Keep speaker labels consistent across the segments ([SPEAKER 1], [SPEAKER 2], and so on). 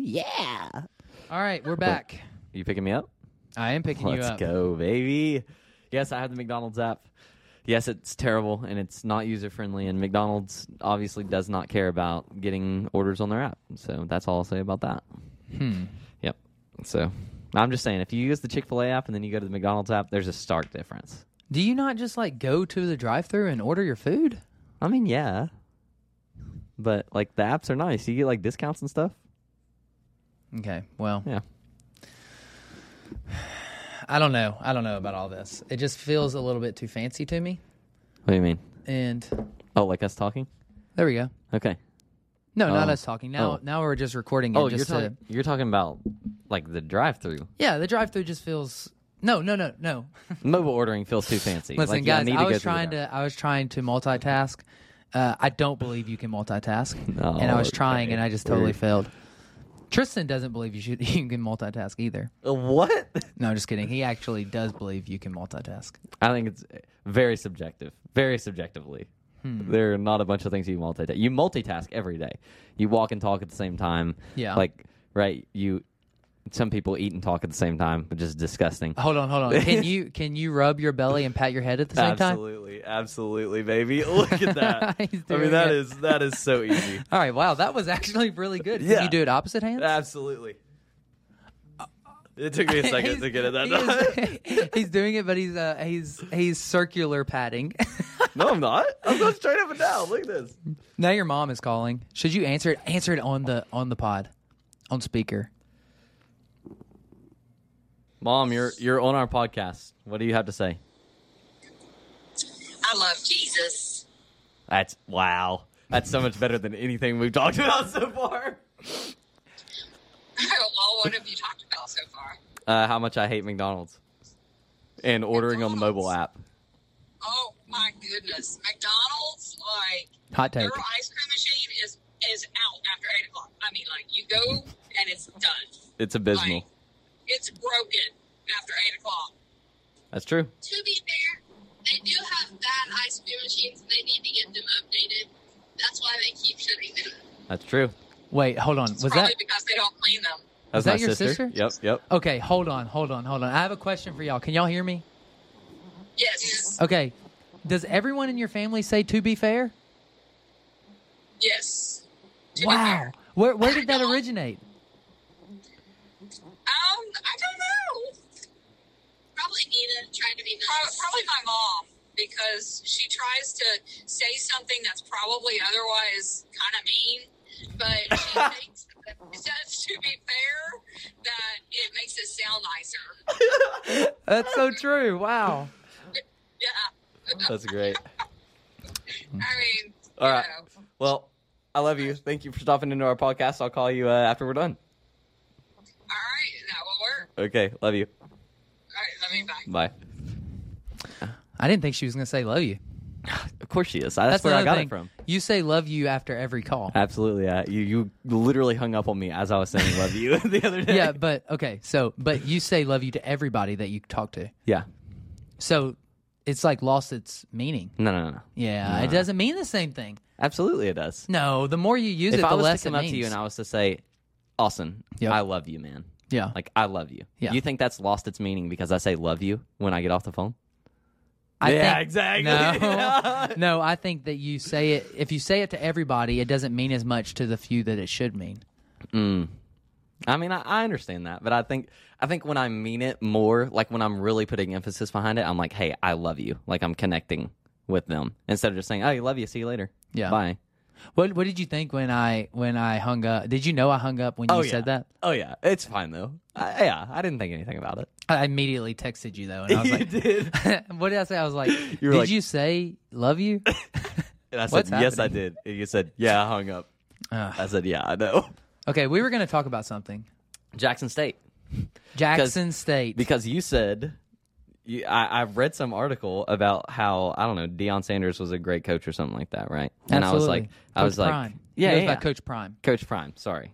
[SPEAKER 1] Yeah.
[SPEAKER 2] All right, we're back.
[SPEAKER 1] You picking me up?
[SPEAKER 2] I am picking you
[SPEAKER 1] Let's
[SPEAKER 2] up.
[SPEAKER 1] go, baby. Yes, I have the McDonald's app. Yes, it's terrible and it's not user friendly, and McDonald's obviously does not care about getting orders on their app. So that's all I'll say about that.
[SPEAKER 2] Hmm.
[SPEAKER 1] Yep. So I'm just saying, if you use the Chick fil A app and then you go to the McDonald's app, there's a stark difference.
[SPEAKER 2] Do you not just like go to the drive-through and order your food?
[SPEAKER 1] I mean, yeah. But like the apps are nice. You get like discounts and stuff.
[SPEAKER 2] Okay. Well,
[SPEAKER 1] Yeah.
[SPEAKER 2] I don't know. I don't know about all this. It just feels a little bit too fancy to me.
[SPEAKER 1] What do you mean?
[SPEAKER 2] And
[SPEAKER 1] Oh, like us talking?
[SPEAKER 2] there we go.
[SPEAKER 1] Okay.
[SPEAKER 2] No, not
[SPEAKER 1] Oh.
[SPEAKER 2] us talking. Now,
[SPEAKER 1] Oh.
[SPEAKER 2] now we're just recording. It
[SPEAKER 1] Oh, you're
[SPEAKER 2] just to-
[SPEAKER 1] talking. You're talking about like the drive-through.
[SPEAKER 2] yeah. The drive-through just feels. No, no, no, no.
[SPEAKER 1] Mobile ordering feels too fancy.
[SPEAKER 2] Listen,
[SPEAKER 1] Like, yeah,
[SPEAKER 2] guys.
[SPEAKER 1] need go
[SPEAKER 2] I was
[SPEAKER 1] through the
[SPEAKER 2] trying
[SPEAKER 1] drive-
[SPEAKER 2] to. I was trying to multitask. Uh, I don't believe you can multitask, and I was trying,
[SPEAKER 1] Okay.
[SPEAKER 2] and I just totally
[SPEAKER 1] Weird.
[SPEAKER 2] failed. Tristan doesn't believe you should you can multitask either.
[SPEAKER 1] Uh, What?
[SPEAKER 2] No, just kidding. He actually does believe you can multitask.
[SPEAKER 1] I think it's very subjective. Very subjectively.
[SPEAKER 2] Hmm.
[SPEAKER 1] There are not a bunch of things you multitask. You multitask every day. You walk and talk at the same time.
[SPEAKER 2] Yeah.
[SPEAKER 1] Like right, you. Some people eat and talk at the same time, which is disgusting.
[SPEAKER 2] Hold on, hold on. Can you can you rub your belly and pat your head at the same time?
[SPEAKER 1] absolutely, absolutely, baby. Look at that.
[SPEAKER 2] He's
[SPEAKER 1] I
[SPEAKER 2] doing
[SPEAKER 1] mean, that
[SPEAKER 2] it.
[SPEAKER 1] is that is so easy.
[SPEAKER 2] All right, wow, that was actually really good. Can
[SPEAKER 1] Yeah.
[SPEAKER 2] you do it opposite hands?
[SPEAKER 1] Absolutely. Uh, It took me a second to get it that time.
[SPEAKER 2] he is- he's doing it, but he's uh, he's he's circular patting.
[SPEAKER 1] no, I'm not. I'm going straight up and down. Look at this.
[SPEAKER 2] now your mom is calling. Should you answer it? Answer it on the on the pod, on speaker.
[SPEAKER 1] Mom, you're you're on our podcast. What do you have to say?
[SPEAKER 3] I love Jesus.
[SPEAKER 1] That's wow. That's so much better than anything we've talked about so far.
[SPEAKER 3] well, what have you talked about so far?
[SPEAKER 1] Uh, how much I hate McDonald's and ordering on the mobile app.
[SPEAKER 3] Oh my goodness, McDonald's like
[SPEAKER 2] Hot take.
[SPEAKER 3] their ice cream machine is is out after eight o'clock. I mean, like you go and it's done.
[SPEAKER 1] It's abysmal.
[SPEAKER 3] Like it's broken after eight o'clock.
[SPEAKER 1] That's true.
[SPEAKER 3] To be fair, they do have bad ice cream machines. They need to get them updated. That's why they keep shutting them.
[SPEAKER 1] That's true.
[SPEAKER 2] Wait, hold on. Was that
[SPEAKER 3] Probably because they don't clean them.
[SPEAKER 1] That's
[SPEAKER 2] Is that
[SPEAKER 1] my
[SPEAKER 2] your sister?
[SPEAKER 1] Yep, yep.
[SPEAKER 2] okay? Hold on, hold on, hold on. I have a question for y'all. Can y'all hear me?
[SPEAKER 3] Yes.
[SPEAKER 2] Okay. Does everyone in your family say "to be fair"?
[SPEAKER 3] Yes. To be
[SPEAKER 2] Wow.
[SPEAKER 3] fair.
[SPEAKER 2] Where where did that originate?
[SPEAKER 3] Um, I don't know. Probably Nina trying to be nice. Probably my mom because she tries to say something that's probably otherwise kind of mean, but she thinks that says to be fair that it makes it sound nicer.
[SPEAKER 2] That's so true. Wow.
[SPEAKER 3] Yeah,
[SPEAKER 1] That's great.
[SPEAKER 3] I mean,
[SPEAKER 1] All
[SPEAKER 3] you
[SPEAKER 1] right.
[SPEAKER 3] know.
[SPEAKER 1] Well, I love you. Thank you for stopping into our podcast. I'll call you uh, after we're done.
[SPEAKER 3] all right, that will work.
[SPEAKER 1] Okay, love you.
[SPEAKER 3] All right, let me back.
[SPEAKER 1] Bye.
[SPEAKER 2] I didn't think she was gonna say "love you."
[SPEAKER 1] Of course she is. That's, where I
[SPEAKER 2] another
[SPEAKER 1] got
[SPEAKER 2] thing.
[SPEAKER 1] it from.
[SPEAKER 2] You say "love you" after every call.
[SPEAKER 1] Absolutely. Uh, you you literally hung up on me as I was saying love you the other day.
[SPEAKER 2] yeah, but okay. So, but you say "love you" to everybody that you talk to.
[SPEAKER 1] Yeah.
[SPEAKER 2] So, it's like lost its meaning.
[SPEAKER 1] No, no, no, no.
[SPEAKER 2] Yeah, it
[SPEAKER 1] Nah.
[SPEAKER 2] doesn't mean the same thing.
[SPEAKER 1] Absolutely, it does.
[SPEAKER 2] No, the more you use
[SPEAKER 1] if
[SPEAKER 2] it,
[SPEAKER 1] I
[SPEAKER 2] the
[SPEAKER 1] was
[SPEAKER 2] less
[SPEAKER 1] to
[SPEAKER 2] it
[SPEAKER 1] come up
[SPEAKER 2] means.
[SPEAKER 1] to you and I was to say, Austin,
[SPEAKER 2] Yep.
[SPEAKER 1] I love you, man.
[SPEAKER 2] yeah,
[SPEAKER 1] Like I love you.
[SPEAKER 2] Yeah.
[SPEAKER 1] You think that's lost its meaning because I say love you when I get off the phone?
[SPEAKER 2] I
[SPEAKER 1] yeah,
[SPEAKER 2] think-
[SPEAKER 1] exactly.
[SPEAKER 2] No, no, I think that you say it. If you say it to everybody, it doesn't mean as much to the few that it should mean.
[SPEAKER 1] I mean, I, I understand that, but I think I think when I mean it more, like when I'm really putting emphasis behind it, I'm like, hey, I love you. Like I'm connecting with them instead of just saying, hey, love you. See you later.
[SPEAKER 2] Yeah.
[SPEAKER 1] Bye.
[SPEAKER 2] What What did you think when I when I hung up? Did you know I hung up when you
[SPEAKER 1] Oh, yeah.
[SPEAKER 2] said that?
[SPEAKER 1] Oh yeah, it's fine though. I, yeah, I didn't think anything about it.
[SPEAKER 2] I immediately texted you though, and I was
[SPEAKER 1] You
[SPEAKER 2] like,
[SPEAKER 1] did.
[SPEAKER 2] "What did I say?" I was like,
[SPEAKER 1] were
[SPEAKER 2] "Did
[SPEAKER 1] like-
[SPEAKER 2] you say love you?"
[SPEAKER 1] And I said,
[SPEAKER 2] What's
[SPEAKER 1] yes, I
[SPEAKER 2] happening?
[SPEAKER 1] did. And you said, yeah, I hung up.
[SPEAKER 2] Ugh.
[SPEAKER 1] I said, yeah, I know.
[SPEAKER 2] okay, we were going to talk about something.
[SPEAKER 1] Jackson State.
[SPEAKER 2] Jackson State.
[SPEAKER 1] Because you said, you, I, I read some article about how, I don't know, Deion Sanders was a great coach or something like that, right? And I was like,
[SPEAKER 2] Absolutely.
[SPEAKER 1] I
[SPEAKER 2] Coach
[SPEAKER 1] was like,
[SPEAKER 2] Prime.
[SPEAKER 1] yeah,
[SPEAKER 2] He goes
[SPEAKER 1] yeah,
[SPEAKER 2] by
[SPEAKER 1] yeah. Coach.
[SPEAKER 2] Coach Prime.
[SPEAKER 1] Prime, sorry.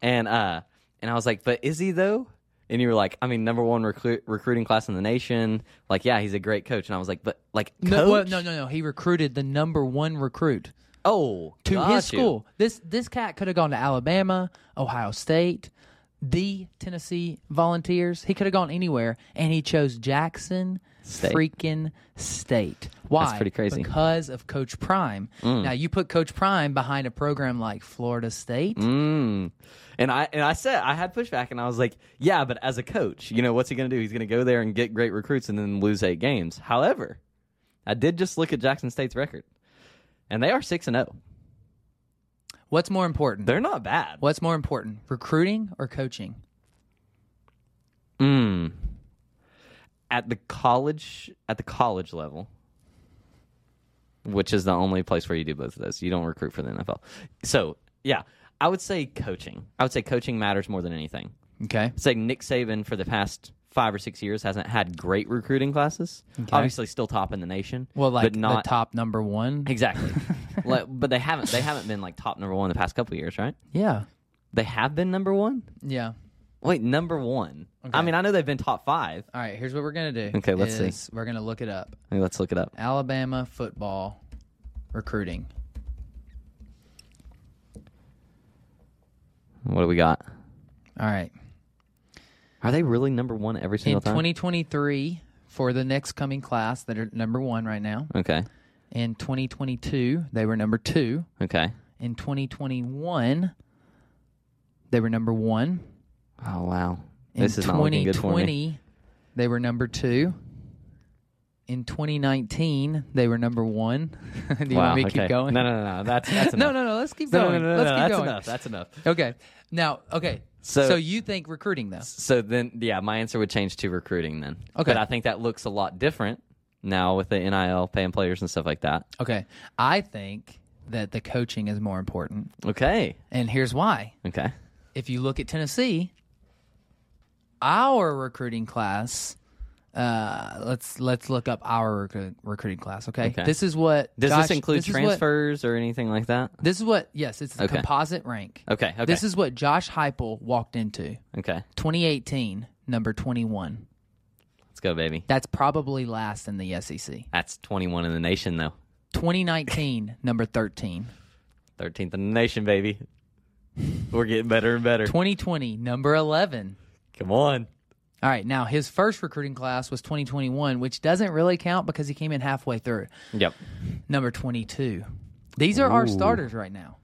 [SPEAKER 1] And, uh, and I was like, but is he though? And you were like, I mean, number one recru- recruiting class in the nation. Like, yeah, he's a great coach. And I was like, but like, coach?
[SPEAKER 2] No, well, no, no, no. He recruited the number one recruit.
[SPEAKER 1] Oh,
[SPEAKER 2] to
[SPEAKER 1] got
[SPEAKER 2] his
[SPEAKER 1] you.
[SPEAKER 2] school. This this cat could have gone to Alabama, Ohio State, the Tennessee Volunteers. He could have gone anywhere, and he chose Jackson
[SPEAKER 1] State.
[SPEAKER 2] freaking State. Why?
[SPEAKER 1] pretty crazy. Mm.
[SPEAKER 2] Because of Coach Prime. Now you put Coach Prime behind a program like Florida State.
[SPEAKER 1] Mm. And I and I said I had pushback, and I was like, "Yeah, but as a coach, you know what's he going to do? He's going to go there and get great recruits, and then lose eight games." However, I did just look at Jackson State's record, and they are six and zero.
[SPEAKER 2] What's more important?
[SPEAKER 1] They're not bad.
[SPEAKER 2] What's more important, recruiting or coaching?
[SPEAKER 1] Mm. At the college at the college level, which is the only place where you do both of those. You don't recruit for the NFL. So yeah, I would say coaching. I would say coaching matters more than anything.
[SPEAKER 2] Okay.
[SPEAKER 1] It's like Nick Saban for the past five or six years hasn't had great recruiting classes. Obviously, still top in the nation.
[SPEAKER 2] Well, like
[SPEAKER 1] but not
[SPEAKER 2] the top number one.
[SPEAKER 1] exactly. like, but they haven't they haven't been like top number one the past couple of years, right?
[SPEAKER 2] Yeah.
[SPEAKER 1] They have been number one.
[SPEAKER 2] Yeah.
[SPEAKER 1] Wait, number one. I
[SPEAKER 2] Okay.
[SPEAKER 1] mean, I know they've been top five.
[SPEAKER 2] All right. Here's what we're gonna do.
[SPEAKER 1] Okay, let's see.
[SPEAKER 2] is We're gonna look it up.
[SPEAKER 1] Hey, let's look it up.
[SPEAKER 2] Alabama football recruiting.
[SPEAKER 1] What do we got?
[SPEAKER 2] All right.
[SPEAKER 1] Are they really number one every
[SPEAKER 2] In
[SPEAKER 1] single time?
[SPEAKER 2] 2023, for the next coming class that are number one right now.
[SPEAKER 1] okay.
[SPEAKER 2] In 2022, they were number two.
[SPEAKER 1] Okay.
[SPEAKER 2] In 2021, they were number one.
[SPEAKER 1] Oh wow.
[SPEAKER 2] In
[SPEAKER 1] this is not looking good for me.
[SPEAKER 2] 2020, they were number two. In 2019, they were number one. Do you
[SPEAKER 1] wow.
[SPEAKER 2] want me to
[SPEAKER 1] okay.
[SPEAKER 2] keep going?
[SPEAKER 1] No, no, no, no. That's that's
[SPEAKER 2] no,
[SPEAKER 1] enough.
[SPEAKER 2] no, no. Let's keep
[SPEAKER 1] No, no,
[SPEAKER 2] going.
[SPEAKER 1] no, no,
[SPEAKER 2] let's
[SPEAKER 1] no,
[SPEAKER 2] keep
[SPEAKER 1] that's
[SPEAKER 2] going.
[SPEAKER 1] enough. That's enough.
[SPEAKER 2] Okay. Now, okay.
[SPEAKER 1] So-
[SPEAKER 2] so you think recruiting though?
[SPEAKER 1] So then, yeah, my answer would change to recruiting then.
[SPEAKER 2] Okay.
[SPEAKER 1] But I think that looks a lot different now with the NIL paying players and stuff like that.
[SPEAKER 2] Okay. I think that the coaching is more important.
[SPEAKER 1] Okay.
[SPEAKER 2] And here's why.
[SPEAKER 1] Okay.
[SPEAKER 2] If you look at Tennessee, our recruiting class uh let's let's look up our recru- recruiting class okay,
[SPEAKER 1] Okay.
[SPEAKER 2] this is what
[SPEAKER 1] Does
[SPEAKER 2] Josh-
[SPEAKER 1] this include
[SPEAKER 2] is what-
[SPEAKER 1] transfers or anything like that?
[SPEAKER 2] this is what yes it's the
[SPEAKER 1] Okay.
[SPEAKER 2] composite rank
[SPEAKER 1] Okay. Okay.
[SPEAKER 2] this is what josh heipel walked into
[SPEAKER 1] okay.
[SPEAKER 2] 2018 number 21
[SPEAKER 1] Let's go, baby.
[SPEAKER 2] that's probably last in the E sec
[SPEAKER 1] That's 21 in the nation, though.
[SPEAKER 2] 2019 number 13
[SPEAKER 1] 13th in the nation, baby. We're getting better and better.
[SPEAKER 2] 2020 number 11
[SPEAKER 1] Come on.
[SPEAKER 2] All right, now his first recruiting class was 2021, which doesn't really count because he came in halfway through.
[SPEAKER 1] Yep.
[SPEAKER 2] Number 22. These are our
[SPEAKER 1] Ooh.
[SPEAKER 2] starters right now.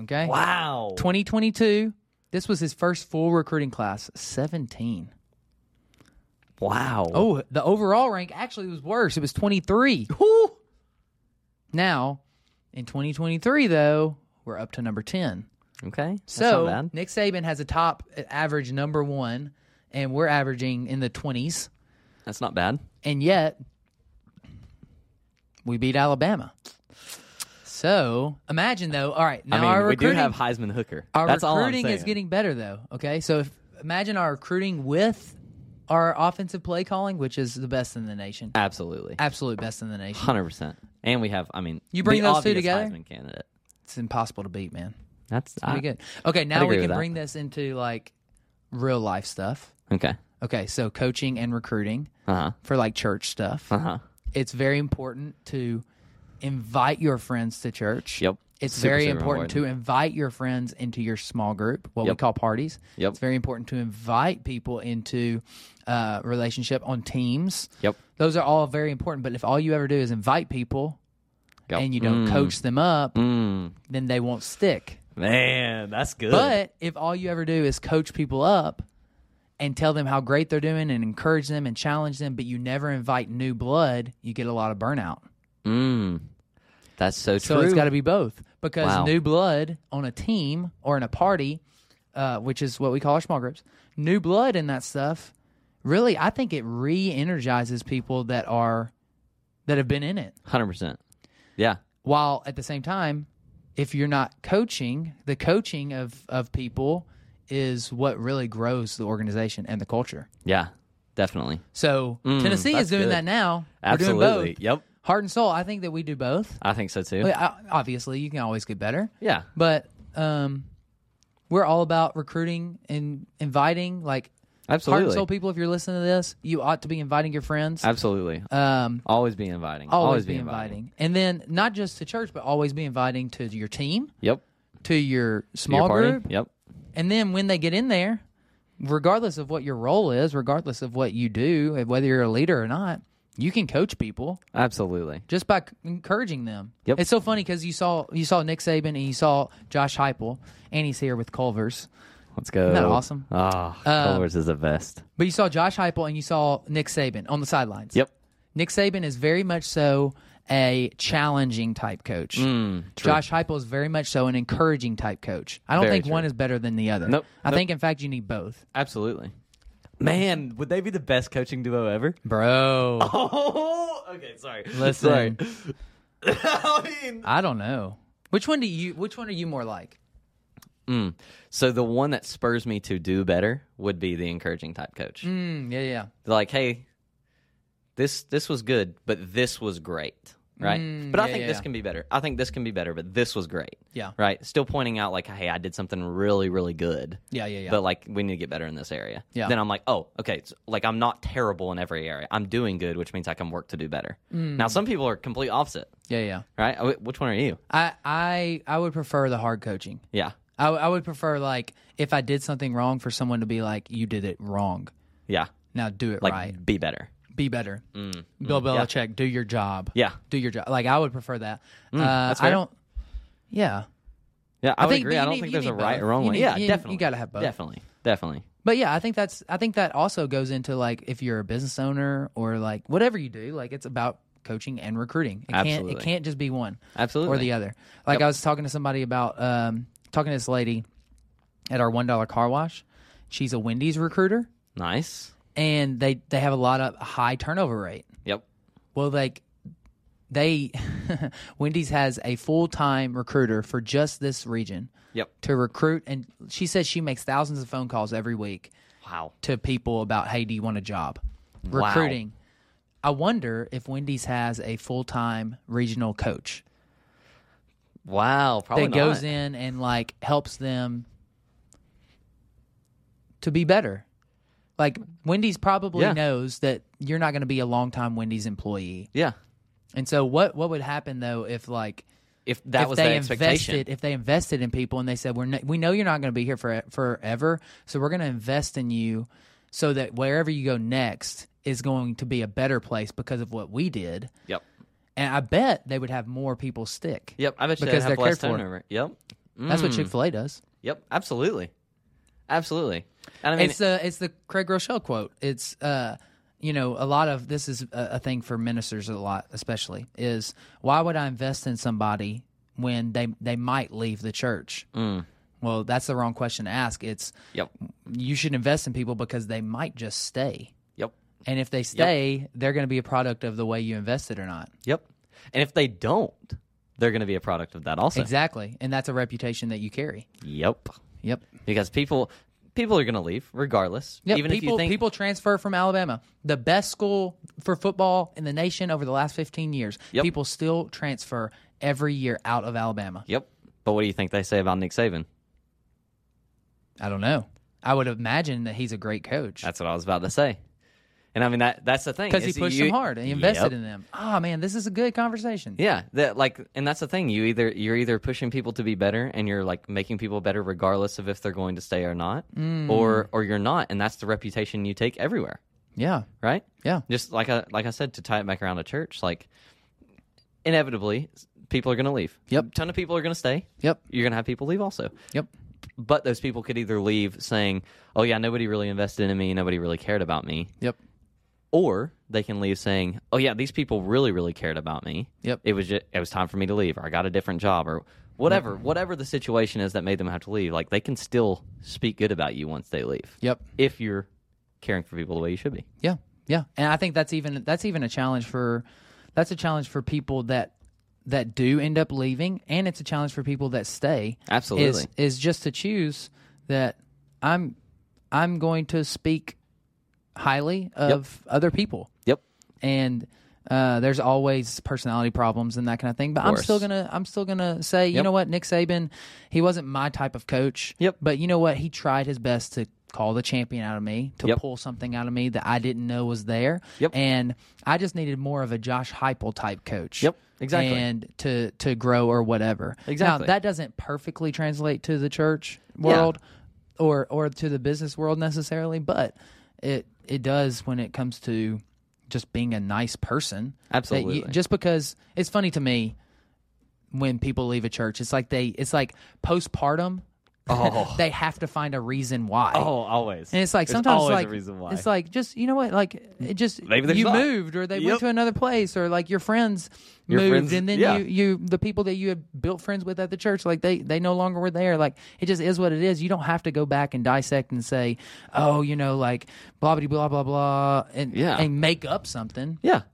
[SPEAKER 2] Okay?
[SPEAKER 1] Wow.
[SPEAKER 2] 2022, this was his first full recruiting class, 17.
[SPEAKER 1] Wow.
[SPEAKER 2] Oh, the overall rank actually was worse. It was 23.
[SPEAKER 1] Whew.
[SPEAKER 2] Now, in 2023 though, we're up to number 10.
[SPEAKER 1] Okay. That's not
[SPEAKER 2] So,
[SPEAKER 1] bad.
[SPEAKER 2] Nick Saban has a top average number 1 and we're averaging in the 20s.
[SPEAKER 1] That's not bad.
[SPEAKER 2] And yet, we beat Alabama. So imagine though. All right, now
[SPEAKER 1] I mean,
[SPEAKER 2] our
[SPEAKER 1] we do
[SPEAKER 2] recruiting,
[SPEAKER 1] have Heisman Hooker.
[SPEAKER 2] our
[SPEAKER 1] That's all I'm
[SPEAKER 2] recruiting is
[SPEAKER 1] saying.
[SPEAKER 2] getting better though. Okay, so if imagine our recruiting with our offensive play calling, which is the best in the nation,
[SPEAKER 1] absolutely.
[SPEAKER 2] absolute best in the nation.
[SPEAKER 1] Hundred percent. And we have, I mean,
[SPEAKER 2] You bring
[SPEAKER 1] the
[SPEAKER 2] those two
[SPEAKER 1] obvious
[SPEAKER 2] together?
[SPEAKER 1] Heisman candidate.
[SPEAKER 2] It's impossible to beat, man.
[SPEAKER 1] That's
[SPEAKER 2] Pretty
[SPEAKER 1] I-
[SPEAKER 2] good. Okay, now
[SPEAKER 1] agree
[SPEAKER 2] we
[SPEAKER 1] with
[SPEAKER 2] can
[SPEAKER 1] that.
[SPEAKER 2] bring this into like real life stuff.
[SPEAKER 1] ah, Okay.
[SPEAKER 2] Okay, so coaching and recruiting
[SPEAKER 1] Uh huh.
[SPEAKER 2] for like church stuff.
[SPEAKER 1] Uh huh.
[SPEAKER 2] it's very important to invite your friends to church.
[SPEAKER 1] Yep.
[SPEAKER 2] It's
[SPEAKER 1] Super,
[SPEAKER 2] very
[SPEAKER 1] super
[SPEAKER 2] important to
[SPEAKER 1] important.
[SPEAKER 2] invite your friends into your small group, what we
[SPEAKER 1] Yep.
[SPEAKER 2] call parties.
[SPEAKER 1] Yep.
[SPEAKER 2] It's very important to invite people into uh, relationship on teams.
[SPEAKER 1] Yep.
[SPEAKER 2] Those are all very important. But if all you ever do is invite people
[SPEAKER 1] Yep.
[SPEAKER 2] and you don't
[SPEAKER 1] Mm.
[SPEAKER 2] coach them up,
[SPEAKER 1] Mm.
[SPEAKER 2] then they won't stick.
[SPEAKER 1] Man, that's good.
[SPEAKER 2] But if all you ever do is coach people up and tell them how great they're doing and encourage them and challenge them, but you never invite new blood, you get a lot of burnout.
[SPEAKER 1] mm. That's so
[SPEAKER 2] So
[SPEAKER 1] true.
[SPEAKER 2] it's got to be both because
[SPEAKER 1] Wow.
[SPEAKER 2] new blood on a team or in a party, uh, which is what we call our small groups, new blood in that stuff. Really, I think it re-energizes people that are that have been in it.
[SPEAKER 1] Hundred percent. Yeah.
[SPEAKER 2] While at the same time, if you're not coaching, the coaching of of people is what really grows the organization and the culture.
[SPEAKER 1] Yeah. Definitely.
[SPEAKER 2] So
[SPEAKER 1] Mm,
[SPEAKER 2] Tennessee
[SPEAKER 1] that's
[SPEAKER 2] is doing
[SPEAKER 1] good.
[SPEAKER 2] that now. We're
[SPEAKER 1] Absolutely.
[SPEAKER 2] doing both.
[SPEAKER 1] Yep.
[SPEAKER 2] Heart and soul. I think that we do both.
[SPEAKER 1] I think so too.
[SPEAKER 2] But, uh, Obviously, you can always get better.
[SPEAKER 1] yeah.
[SPEAKER 2] but um, we're all about recruiting and inviting. Like Heart and
[SPEAKER 1] Absolutely.
[SPEAKER 2] soul people, if you're listening to this, you ought to be inviting your friends.
[SPEAKER 1] Absolutely.
[SPEAKER 2] Um,
[SPEAKER 1] Always be inviting.
[SPEAKER 2] always, be inviting. and then not just to church, but always be inviting to your team,
[SPEAKER 1] Yep.
[SPEAKER 2] to your
[SPEAKER 1] To your
[SPEAKER 2] small
[SPEAKER 1] party.
[SPEAKER 2] group,
[SPEAKER 1] Yep.
[SPEAKER 2] and then when they get in there, regardless of what your role is, regardless of what you do, and whether you're a leader or not, you can coach people
[SPEAKER 1] Absolutely.
[SPEAKER 2] just by c- encouraging them.
[SPEAKER 1] Yep.
[SPEAKER 2] It's so funny because you saw you saw Nick Saban and you saw Josh Heupel, and he's here with Culver's.
[SPEAKER 1] Let's go.
[SPEAKER 2] that awesome?
[SPEAKER 1] Ah,
[SPEAKER 2] Um,
[SPEAKER 1] Culver's is the best.
[SPEAKER 2] But you saw Josh Heupel and you saw Nick Saban on the sidelines.
[SPEAKER 1] Yep.
[SPEAKER 2] Nick Saban is very much so a challenging type coach.
[SPEAKER 1] Mm,
[SPEAKER 2] Josh Heupel is very much so an encouraging type coach. I don't
[SPEAKER 1] Very
[SPEAKER 2] think
[SPEAKER 1] true.
[SPEAKER 2] one is better than the other.
[SPEAKER 1] Nope,
[SPEAKER 2] I
[SPEAKER 1] nope.
[SPEAKER 2] think in fact you need both,
[SPEAKER 1] Absolutely. Man, would they be the best coaching duo ever?
[SPEAKER 2] bro.
[SPEAKER 1] Oh, okay. Sorry.
[SPEAKER 2] Listen.
[SPEAKER 1] Sorry. I mean,
[SPEAKER 2] I don't know. Which one do you? Which one are you more like?
[SPEAKER 1] so the one that spurs me to do better would be the encouraging type coach.
[SPEAKER 2] Mm, yeah, yeah.
[SPEAKER 1] like, hey, this this was good, but this was great, right?
[SPEAKER 2] Mm,
[SPEAKER 1] but I
[SPEAKER 2] yeah,
[SPEAKER 1] think
[SPEAKER 2] yeah,
[SPEAKER 1] this
[SPEAKER 2] yeah.
[SPEAKER 1] can be better. I think this can be better, but this was great.
[SPEAKER 2] Yeah.
[SPEAKER 1] Right? Still pointing out like, hey, I did something really, really good.
[SPEAKER 2] Yeah, yeah, yeah.
[SPEAKER 1] But like, we need to get better in this area.
[SPEAKER 2] Yeah.
[SPEAKER 1] Then I'm like, oh, okay. So, like, I'm not terrible in every area. I'm doing good, which means I can work to do better.
[SPEAKER 2] Mm.
[SPEAKER 1] Now, some people are complete opposite,
[SPEAKER 2] Yeah, yeah.
[SPEAKER 1] right? Uh, wh- Which one are you?
[SPEAKER 2] I, I, I would prefer the hard coaching.
[SPEAKER 1] Yeah.
[SPEAKER 2] I, w- I would prefer like if I did something wrong for someone to be like, "You did it wrong.
[SPEAKER 1] Yeah.
[SPEAKER 2] Now do it
[SPEAKER 1] Like,
[SPEAKER 2] right.
[SPEAKER 1] be better.
[SPEAKER 2] Be better." Bill Belichick, do your job.
[SPEAKER 1] Yeah. Mm,
[SPEAKER 2] do your job. Like I would prefer that. uh,
[SPEAKER 1] that's
[SPEAKER 2] I
[SPEAKER 1] fair.
[SPEAKER 2] don't. Yeah,
[SPEAKER 1] Yeah, I, would
[SPEAKER 2] think- but
[SPEAKER 1] agree.
[SPEAKER 2] you
[SPEAKER 1] I don't
[SPEAKER 2] need-
[SPEAKER 1] think
[SPEAKER 2] you
[SPEAKER 1] there's a
[SPEAKER 2] need
[SPEAKER 1] right
[SPEAKER 2] both.
[SPEAKER 1] or wrong
[SPEAKER 2] You
[SPEAKER 1] way.
[SPEAKER 2] need-
[SPEAKER 1] yeah,
[SPEAKER 2] you- you
[SPEAKER 1] definitely.
[SPEAKER 2] gotta have both.
[SPEAKER 1] Definitely. Definitely.
[SPEAKER 2] but yeah, I think that's. I think that also goes into like if you're a business owner or like whatever you do. Like it's about coaching and recruiting. It can't.
[SPEAKER 1] Absolutely.
[SPEAKER 2] It can't just be one.
[SPEAKER 1] Absolutely.
[SPEAKER 2] or the other. Like I was talking to somebody about um, talking to this lady at our one dollar car wash. She's a Wendy's recruiter,
[SPEAKER 1] Nice.
[SPEAKER 2] and they they have a lot of high turnover rate.
[SPEAKER 1] Yep.
[SPEAKER 2] Well, like they Wendy's has a full time recruiter for just this region
[SPEAKER 1] Yep.
[SPEAKER 2] to recruit, and she says she makes thousands of phone calls every week
[SPEAKER 1] Wow.
[SPEAKER 2] to people about hey, do you want a job? Recruiting. I wonder if Wendy's has a full time regional coach.
[SPEAKER 1] Wow. Probably
[SPEAKER 2] that goes
[SPEAKER 1] not.
[SPEAKER 2] in and like helps them to be better. Like Wendy's probably
[SPEAKER 1] Yeah.
[SPEAKER 2] knows that you're not going to be a longtime Wendy's employee,
[SPEAKER 1] Yeah.
[SPEAKER 2] and so what what would happen though if like
[SPEAKER 1] If that
[SPEAKER 2] if
[SPEAKER 1] was the
[SPEAKER 2] they
[SPEAKER 1] expectation.
[SPEAKER 2] invested if they invested in people and they said we're no, we know you're not going to be here for forever, so we're going to invest in you so that wherever you go next is going to be a better place because of what we did,
[SPEAKER 1] Yep.
[SPEAKER 2] and I bet they would have more people stick.
[SPEAKER 1] Yep. I bet you because
[SPEAKER 2] Because
[SPEAKER 1] have
[SPEAKER 2] they're
[SPEAKER 1] less
[SPEAKER 2] cared for.
[SPEAKER 1] turnover. Yep.
[SPEAKER 2] That's
[SPEAKER 1] Mm.
[SPEAKER 2] what Chick Fil A does.
[SPEAKER 1] Yep. Absolutely. Absolutely. And I mean,
[SPEAKER 2] it's the it's the Craig Rochelle quote. It's uh, you know, a lot of this is a, a thing for ministers a lot, especially is why would I invest in somebody when they they might leave the church?
[SPEAKER 1] Mm.
[SPEAKER 2] Well, that's the wrong question to ask. It's
[SPEAKER 1] yep.
[SPEAKER 2] you should invest in people because they might just stay,
[SPEAKER 1] Yep.
[SPEAKER 2] and if they stay, they're going to be a product of the way you invested or not.
[SPEAKER 1] Yep. And if they don't, they're going to be a product of that also.
[SPEAKER 2] Exactly, and that's a reputation that you carry.
[SPEAKER 1] Yep.
[SPEAKER 2] Yep.
[SPEAKER 1] Because people people are going to leave regardless.
[SPEAKER 2] Yeah,
[SPEAKER 1] Even
[SPEAKER 2] people,
[SPEAKER 1] if you think
[SPEAKER 2] people transfer from Alabama, the best school for football in the nation over the last 15 years.
[SPEAKER 1] Yep.
[SPEAKER 2] People still transfer every year out of Alabama.
[SPEAKER 1] Yep. But what do you think they say about Nick Saban?
[SPEAKER 2] I don't know. I would imagine that he's a great coach
[SPEAKER 1] That's what I was about to say. And I mean that that's the thing.
[SPEAKER 2] because he
[SPEAKER 1] is that
[SPEAKER 2] pushed
[SPEAKER 1] you-
[SPEAKER 2] them hard and he invested
[SPEAKER 1] Yep.
[SPEAKER 2] in them. Oh man, this is a good conversation.
[SPEAKER 1] Yeah, that like, and that's the thing. You either you're either pushing people to be better, and you're like making people better regardless of if they're going to stay or not,
[SPEAKER 2] Mm.
[SPEAKER 1] or or you're not, and that's the reputation you take everywhere,
[SPEAKER 2] Yeah,
[SPEAKER 1] right?
[SPEAKER 2] yeah,
[SPEAKER 1] Just like I like I said to tie it back around to church, like inevitably s- people are going to leave.
[SPEAKER 2] Yep.
[SPEAKER 1] ton of people are going to stay.
[SPEAKER 2] Yep.
[SPEAKER 1] you're going to have people leave also,
[SPEAKER 2] yep,
[SPEAKER 1] but those people could either leave saying, "Oh yeah, nobody really invested in me, nobody really cared about me,"
[SPEAKER 2] yep,
[SPEAKER 1] or they can leave saying, "Oh yeah, these people really really cared about me.
[SPEAKER 2] Yep.
[SPEAKER 1] It was just, it was time for me to leave, or I got a different job, or whatever whatever the situation is that made them have to leave. Like they can still speak good about you once they leave.
[SPEAKER 2] yep,
[SPEAKER 1] If you're caring for people the way you should be.
[SPEAKER 2] yeah, yeah. And I think that's even that's even a challenge for that's a challenge for people that that do end up leaving, and it's a challenge for people that stay.
[SPEAKER 1] Absolutely.
[SPEAKER 2] is is just to choose that I'm I'm going to speak highly of other people,
[SPEAKER 1] yep.
[SPEAKER 2] and uh, there's always personality problems and that kind of thing. But I'm
[SPEAKER 1] course.
[SPEAKER 2] still gonna I'm still gonna say, you
[SPEAKER 1] Yep.
[SPEAKER 2] know what, Nick Saban, he wasn't my type of coach.
[SPEAKER 1] Yep.
[SPEAKER 2] But you know what, he tried his best to call the champion out of me to
[SPEAKER 1] Yep.
[SPEAKER 2] pull something out of me that I didn't know was there.
[SPEAKER 1] Yep.
[SPEAKER 2] And I just needed more of a Josh Heupel type coach.
[SPEAKER 1] Yep, exactly.
[SPEAKER 2] And to to grow or whatever.
[SPEAKER 1] Exactly.
[SPEAKER 2] Now that doesn't perfectly translate to the church
[SPEAKER 1] Yeah.
[SPEAKER 2] world or or to the business world necessarily, but it it does when it comes to just being a nice person. That you-
[SPEAKER 1] Absolutely.
[SPEAKER 2] just because it's funny to me when people leave a church, it's like they it's like postpartum.
[SPEAKER 1] Oh.
[SPEAKER 2] they have to find a reason why.
[SPEAKER 1] Oh, always.
[SPEAKER 2] And it's like
[SPEAKER 1] There's
[SPEAKER 2] sometimes
[SPEAKER 1] always
[SPEAKER 2] like
[SPEAKER 1] a reason why.
[SPEAKER 2] it's like just you know what like it just
[SPEAKER 1] Maybe there's
[SPEAKER 2] you
[SPEAKER 1] not.
[SPEAKER 2] moved or they
[SPEAKER 1] Yep.
[SPEAKER 2] went to another place or like your friends
[SPEAKER 1] Your
[SPEAKER 2] moved
[SPEAKER 1] friends-
[SPEAKER 2] and then
[SPEAKER 1] yeah.
[SPEAKER 2] you you the people that you had built friends with at the church like they they no longer were there like it just is what it is you don't have to go back and dissect and say oh you know like blah blah blah blah blah and
[SPEAKER 1] Yeah.
[SPEAKER 2] and make up something
[SPEAKER 1] yeah.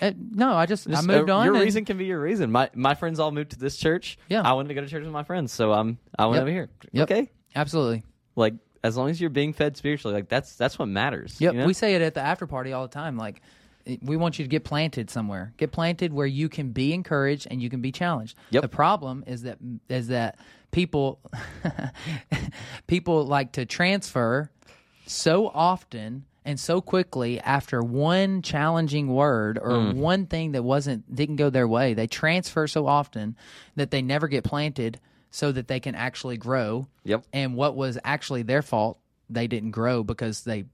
[SPEAKER 2] Uh, no I just, I
[SPEAKER 1] Just,
[SPEAKER 2] moved
[SPEAKER 1] uh,
[SPEAKER 2] on
[SPEAKER 1] Your
[SPEAKER 2] and-
[SPEAKER 1] reason can be your reason. My my friends all moved to this church.
[SPEAKER 2] Yeah.
[SPEAKER 1] I wanted to go to church with my friends, so um, I went
[SPEAKER 2] Yep.
[SPEAKER 1] over here.
[SPEAKER 2] Yep.
[SPEAKER 1] Okay.
[SPEAKER 2] absolutely
[SPEAKER 1] Like as long as you're being fed spiritually, like that's that's what matters.
[SPEAKER 2] Yep.
[SPEAKER 1] you know?
[SPEAKER 2] We say it at the after party all the time. Like, it- we want you to get planted somewhere. Get planted where you can be encouraged and you can be challenged.
[SPEAKER 1] Yep.
[SPEAKER 2] The problem is that is that people people like to transfer so often and so quickly after one challenging word or
[SPEAKER 1] Mm.
[SPEAKER 2] one thing that wasn't didn't go their way. They transfer so often that they never get planted so that they can actually grow
[SPEAKER 1] Yep.
[SPEAKER 2] and what was actually their fault they didn't grow because they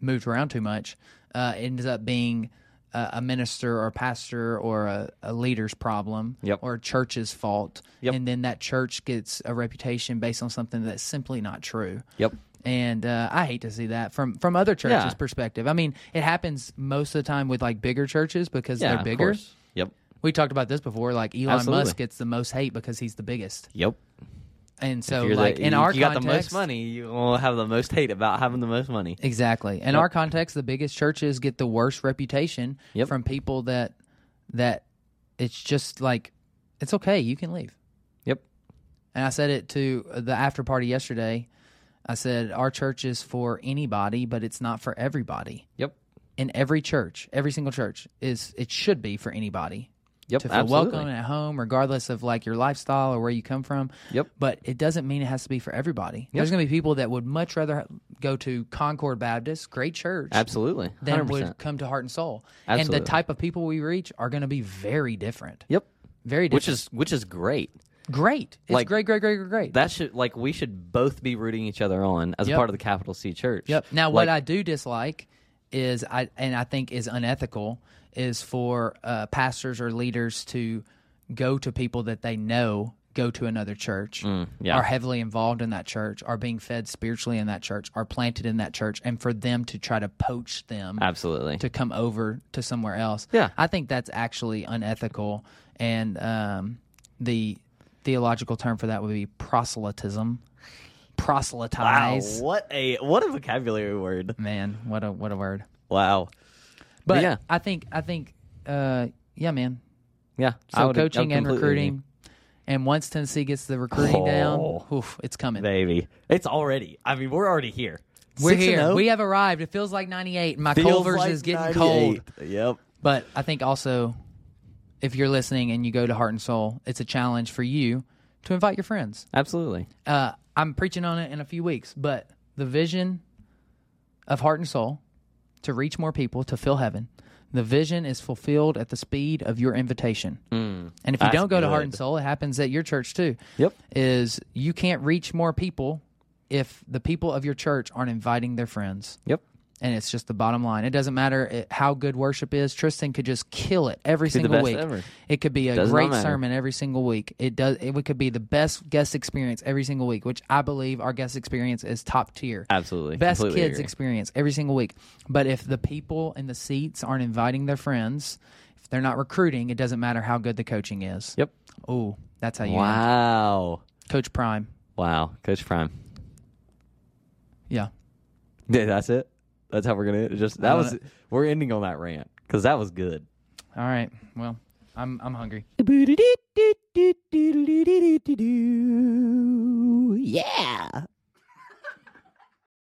[SPEAKER 2] moved around too much uh, ends up being a, a minister or a pastor or a, a leader's problem
[SPEAKER 1] Yep.
[SPEAKER 2] or a church's fault
[SPEAKER 1] Yep.
[SPEAKER 2] and then that church gets a reputation based on something that's simply not true
[SPEAKER 1] Yep.
[SPEAKER 2] and uh, I hate to see that from from other churches'
[SPEAKER 1] Yeah.
[SPEAKER 2] perspective. I mean, it happens most of the time with like bigger churches because
[SPEAKER 1] Yeah.
[SPEAKER 2] they're
[SPEAKER 1] of
[SPEAKER 2] bigger.
[SPEAKER 1] course. Yep.
[SPEAKER 2] We talked about this before. Like Elon
[SPEAKER 1] Absolutely.
[SPEAKER 2] Musk gets the most hate because he's the biggest,
[SPEAKER 1] Yep.
[SPEAKER 2] and so
[SPEAKER 1] You're the-
[SPEAKER 2] like in
[SPEAKER 1] you-
[SPEAKER 2] our
[SPEAKER 1] you
[SPEAKER 2] context,
[SPEAKER 1] got the most money, you will have the most hate about having the most money.
[SPEAKER 2] Exactly. In our context, the biggest churches get the worst reputation
[SPEAKER 1] Yep.
[SPEAKER 2] from people that that it's just like it's okay, you can leave.
[SPEAKER 1] Yep.
[SPEAKER 2] And I said it to the after party yesterday. I said our church is for anybody, but it's not for everybody.
[SPEAKER 1] Yep.
[SPEAKER 2] In every church, every single church is it should be for anybody
[SPEAKER 1] Yep.
[SPEAKER 2] to feel
[SPEAKER 1] absolutely.
[SPEAKER 2] welcome at home, regardless of like your lifestyle or where you come from.
[SPEAKER 1] Yep.
[SPEAKER 2] But it doesn't mean it has to be for everybody. There's going to be people that would much rather go to Concord Baptist, great church,
[SPEAKER 1] Absolutely.
[SPEAKER 2] than
[SPEAKER 1] 100%.
[SPEAKER 2] would come to heart and soul. And
[SPEAKER 1] Absolutely.
[SPEAKER 2] the type of people we reach are going to be very different.
[SPEAKER 1] Yep.
[SPEAKER 2] Very different.
[SPEAKER 1] Which is which is great.
[SPEAKER 2] great. It's
[SPEAKER 1] like-
[SPEAKER 2] great, great, great, great, great.
[SPEAKER 1] That should like we should both be rooting each other on as
[SPEAKER 2] Yep.
[SPEAKER 1] a part of the capital C church.
[SPEAKER 2] yep. Now, what
[SPEAKER 1] Like,
[SPEAKER 2] I do dislike is I and I think is unethical is for uh, pastors or leaders to go to people that they know go to another church
[SPEAKER 1] Mm, yeah.
[SPEAKER 2] are heavily involved in that church are being fed spiritually in that church are planted in that church and for them to try to poach them
[SPEAKER 1] absolutely.
[SPEAKER 2] to come over to somewhere else.
[SPEAKER 1] Yeah.
[SPEAKER 2] I think that's actually unethical, and um, the theological term for that would be proselytism. Proselytize,
[SPEAKER 1] What a what a vocabulary word.
[SPEAKER 2] man. What a what a word.
[SPEAKER 1] Wow.
[SPEAKER 2] But,
[SPEAKER 1] yeah.
[SPEAKER 2] I think I think uh, yeah, man.
[SPEAKER 1] Yeah. I
[SPEAKER 2] So
[SPEAKER 1] would- I would
[SPEAKER 2] coaching and
[SPEAKER 1] completely agree.
[SPEAKER 2] recruiting, and once Tennessee gets the recruiting down,
[SPEAKER 1] Oh.
[SPEAKER 2] oof, it's coming.
[SPEAKER 1] Baby. It's already. I mean, we're already here.
[SPEAKER 2] We're
[SPEAKER 1] 6 and
[SPEAKER 2] here.
[SPEAKER 1] 0
[SPEAKER 2] We have arrived. It feels like 98. and My
[SPEAKER 1] feels
[SPEAKER 2] Culver's
[SPEAKER 1] like
[SPEAKER 2] is getting
[SPEAKER 1] 98.
[SPEAKER 2] cold.
[SPEAKER 1] Yep.
[SPEAKER 2] But I think also, if you're listening and you go to Heart and Soul, it's a challenge for you to invite your friends.
[SPEAKER 1] Absolutely.
[SPEAKER 2] Uh, I'm preaching on it in a few weeks, but the vision of Heart and Soul to reach more people, to fill heaven, the vision is fulfilled at the speed of your invitation. and if you
[SPEAKER 1] Mm. that's
[SPEAKER 2] don't go to Heart and
[SPEAKER 1] good.
[SPEAKER 2] Soul, it happens at your church too.
[SPEAKER 1] Yep.
[SPEAKER 2] Is you can't reach more people if the people of your church aren't inviting their friends
[SPEAKER 1] Yep.
[SPEAKER 2] and it's just the bottom line. It doesn't matter it, how good worship is. Tristan could just kill it every
[SPEAKER 1] the
[SPEAKER 2] single
[SPEAKER 1] best
[SPEAKER 2] week.
[SPEAKER 1] ever.
[SPEAKER 2] It could be a
[SPEAKER 1] Does not
[SPEAKER 2] great
[SPEAKER 1] matter.
[SPEAKER 2] sermon every single week. It does. It would- could be the best guest experience every single week, which I believe our guest experience is top tier.
[SPEAKER 1] Absolutely.
[SPEAKER 2] Best
[SPEAKER 1] Completely
[SPEAKER 2] kids
[SPEAKER 1] agree.
[SPEAKER 2] experience every single week. But if the people in the seats aren't inviting their friends, if they're not recruiting, it doesn't matter how good the coaching is.
[SPEAKER 1] Yep.
[SPEAKER 2] Oh, that's how you end.
[SPEAKER 1] Wow.
[SPEAKER 2] coach prime.
[SPEAKER 1] Wow. Coach Prime.
[SPEAKER 2] Yeah.
[SPEAKER 1] Yeah, that's it. That's how we're gonna just. That
[SPEAKER 2] Uh,
[SPEAKER 1] was. We're ending on that rant because that was good.
[SPEAKER 2] All right. Well, I'm I'm hungry.
[SPEAKER 1] Yeah.